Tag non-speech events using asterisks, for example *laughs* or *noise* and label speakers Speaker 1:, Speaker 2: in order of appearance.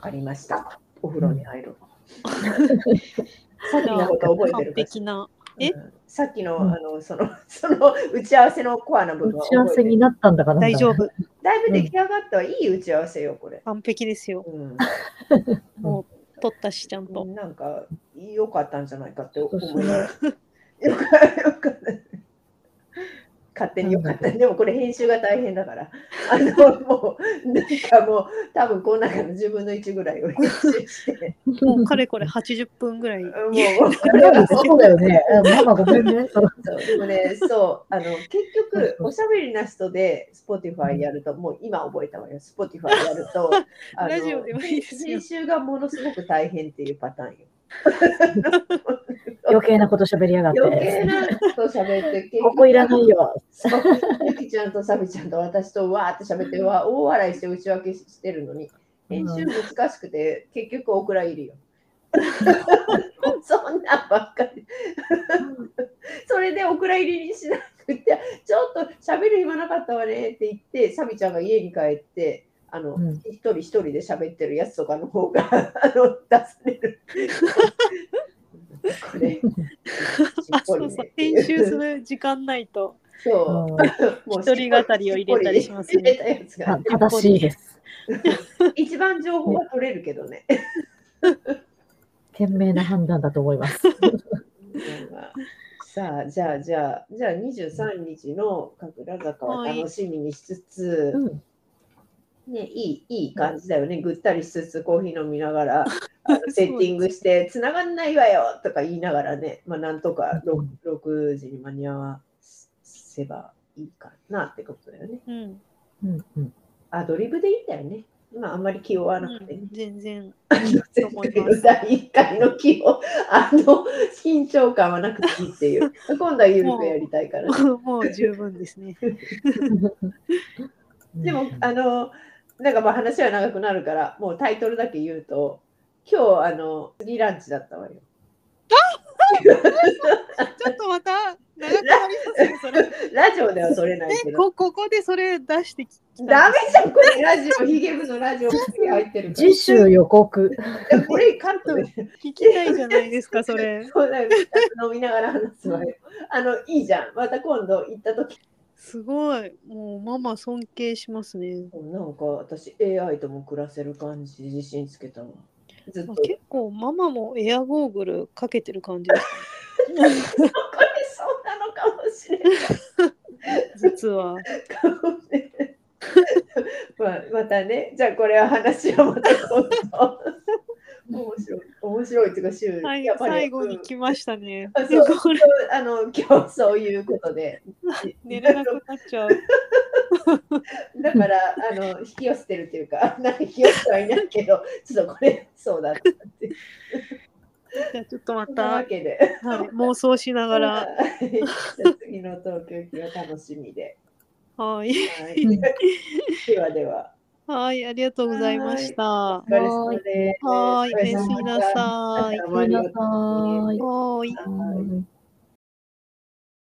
Speaker 1: かりました。お風呂に入る。さっきの
Speaker 2: 完
Speaker 1: こと覚えてるかし
Speaker 2: 璧な。え
Speaker 1: ら、うんさっきの、
Speaker 3: うん
Speaker 1: あのその *laughs* その打ち合わせのコアな部分
Speaker 3: 打
Speaker 1: は
Speaker 3: ち合わ
Speaker 1: 覚え
Speaker 3: せ
Speaker 1: て
Speaker 3: に
Speaker 1: る
Speaker 3: なったんだかなんだ
Speaker 2: 大丈夫。
Speaker 1: だいぶ出来上がったわいい打ち合わせよこれ。
Speaker 2: 完璧ですよ。
Speaker 1: うん
Speaker 2: もう取ったし、ちゃんと。
Speaker 1: なんか良かったんじゃないかって
Speaker 3: そうそ
Speaker 1: 思
Speaker 3: う
Speaker 1: います。 *laughs* よかった、よかった。勝手に良かった。でもこれ編集が大変だから。 *laughs* あの、もう、なんかもう、多分この中の10分の1ぐらいを編集
Speaker 3: *laughs*
Speaker 1: して。
Speaker 2: もうかれこれ80分ぐら *laughs* い。
Speaker 1: もう、もうこれは
Speaker 3: そうだよ
Speaker 2: *laughs*
Speaker 3: ね。うんママごめんね。その
Speaker 1: そうでもね、
Speaker 3: *laughs*
Speaker 1: そう、あの、結
Speaker 3: そう
Speaker 1: 局、
Speaker 3: そう
Speaker 1: おしゃべりな人で Spotify やると、もう今覚えたわよ、Spotify やる
Speaker 3: *laughs*
Speaker 1: と、あの
Speaker 2: ラジオでもいいですよ
Speaker 1: 編集がものすごく大変っていうパターンよ。
Speaker 3: 余計なこと喋りやがっ
Speaker 1: 余計
Speaker 3: て。
Speaker 1: なこと喋って、結
Speaker 3: こ
Speaker 1: 局
Speaker 3: こいらないよ。
Speaker 1: ゆきちゃんとサビちゃんと私とわーって喋ってわー大笑いして内訳してるのに編集難しくて結局お蔵入
Speaker 2: *laughs*
Speaker 1: りよ。そんなんばっかり。それでお蔵入りにしなくてちょっと喋る暇なかったわねって言ってサビちゃんが家に帰ってあの、
Speaker 3: うん
Speaker 1: 一人一人で喋ってるやつとかの方があの出され
Speaker 2: *laughs*
Speaker 1: る。これ
Speaker 2: あ、そうそう。編集する時間ないと。
Speaker 1: そう。
Speaker 3: う
Speaker 1: もう
Speaker 2: 一人語りを入れたりしますね
Speaker 1: 入れたやつ
Speaker 3: んあ
Speaker 1: が
Speaker 3: 正しいです。
Speaker 1: 一番情報は取れるけどね。
Speaker 3: 賢明な判断だと思います。
Speaker 1: さあ、じゃあ、じゃあ、じゃあ23日の神楽坂を楽しみにしつつ、
Speaker 3: うん
Speaker 1: ね、いい、いい感じだよね。ぐったりしつつ、コーヒー飲みながら、あのセッティングして、つながんないわよとか言いながらね、まあ、なんとか 6, 6時に間に合わせばいいかなってことだよね。
Speaker 2: うん。
Speaker 3: うんうん
Speaker 1: アドリブでいいんだよね。今、あんまり気負わなくてね。 *laughs*
Speaker 2: 全然。
Speaker 1: 前回の第1回の気を、あの、緊張感はなくていいっていう。今度はゆるくやりたいから。
Speaker 2: *laughs* もう十分ですね。
Speaker 1: でも、あの、なんかまあ話は長くなるから、もうタイトルだけ言うと、今日、あの、次ランチだったわよ。
Speaker 2: ちょっとまた長くなりますね、それ。 *laughs*
Speaker 1: ラジオでは撮れないけ
Speaker 2: え、
Speaker 1: ど。
Speaker 2: こここでそれ出してきき
Speaker 1: ダ
Speaker 2: たん
Speaker 1: メ
Speaker 2: です。
Speaker 1: じゃん、これラジオ、ヒゲ部のラジオが入ってるか
Speaker 3: 次週予告。
Speaker 1: ら。これカットで。
Speaker 2: 聞きたいじゃないですか、それ。
Speaker 1: そうだよ、飲みながら話すわよ。あの、いいじゃん。また今度行った時
Speaker 2: すごい。もうママ尊敬しますね。
Speaker 1: なんか私 AI とも暮らせる感じ自信つけたわ。ずっと
Speaker 2: あ結構ママもエアゴーグルかけてる感じです
Speaker 1: これそうなのかもしれない
Speaker 2: 実は。
Speaker 1: かもしれない。 *laughs* まあ、またね、じゃあこれは話はまた今度。面白い、面白いっていうか、週、
Speaker 2: はい
Speaker 1: やっ、ぱり
Speaker 2: 最後に
Speaker 1: うん
Speaker 2: 来ましたね。
Speaker 1: *laughs* あそう
Speaker 2: でこれ
Speaker 1: あの今日そういうことで。
Speaker 2: *laughs* 寝れなくなっちゃう。
Speaker 1: だから、あの引き寄せてるっていうか、 *laughs* なんか引き寄せてはいないけど、ちょっとこれ、そうだったって。
Speaker 2: じゃあちょっとま
Speaker 1: そんな
Speaker 2: た、は
Speaker 1: わ
Speaker 2: い、
Speaker 1: けで。
Speaker 2: 妄想しながら。
Speaker 1: はいじゃあ次の東京行きが楽しみで。
Speaker 2: はい。 *laughs*
Speaker 1: はい、ではでは。
Speaker 2: はい、ありがとうございました。は
Speaker 1: お疲れ様です。
Speaker 2: い、
Speaker 1: お
Speaker 2: おやすみ
Speaker 1: 疲れ様
Speaker 2: な
Speaker 1: でした
Speaker 2: さい。
Speaker 3: ごめんなさい。
Speaker 2: はい。
Speaker 3: はい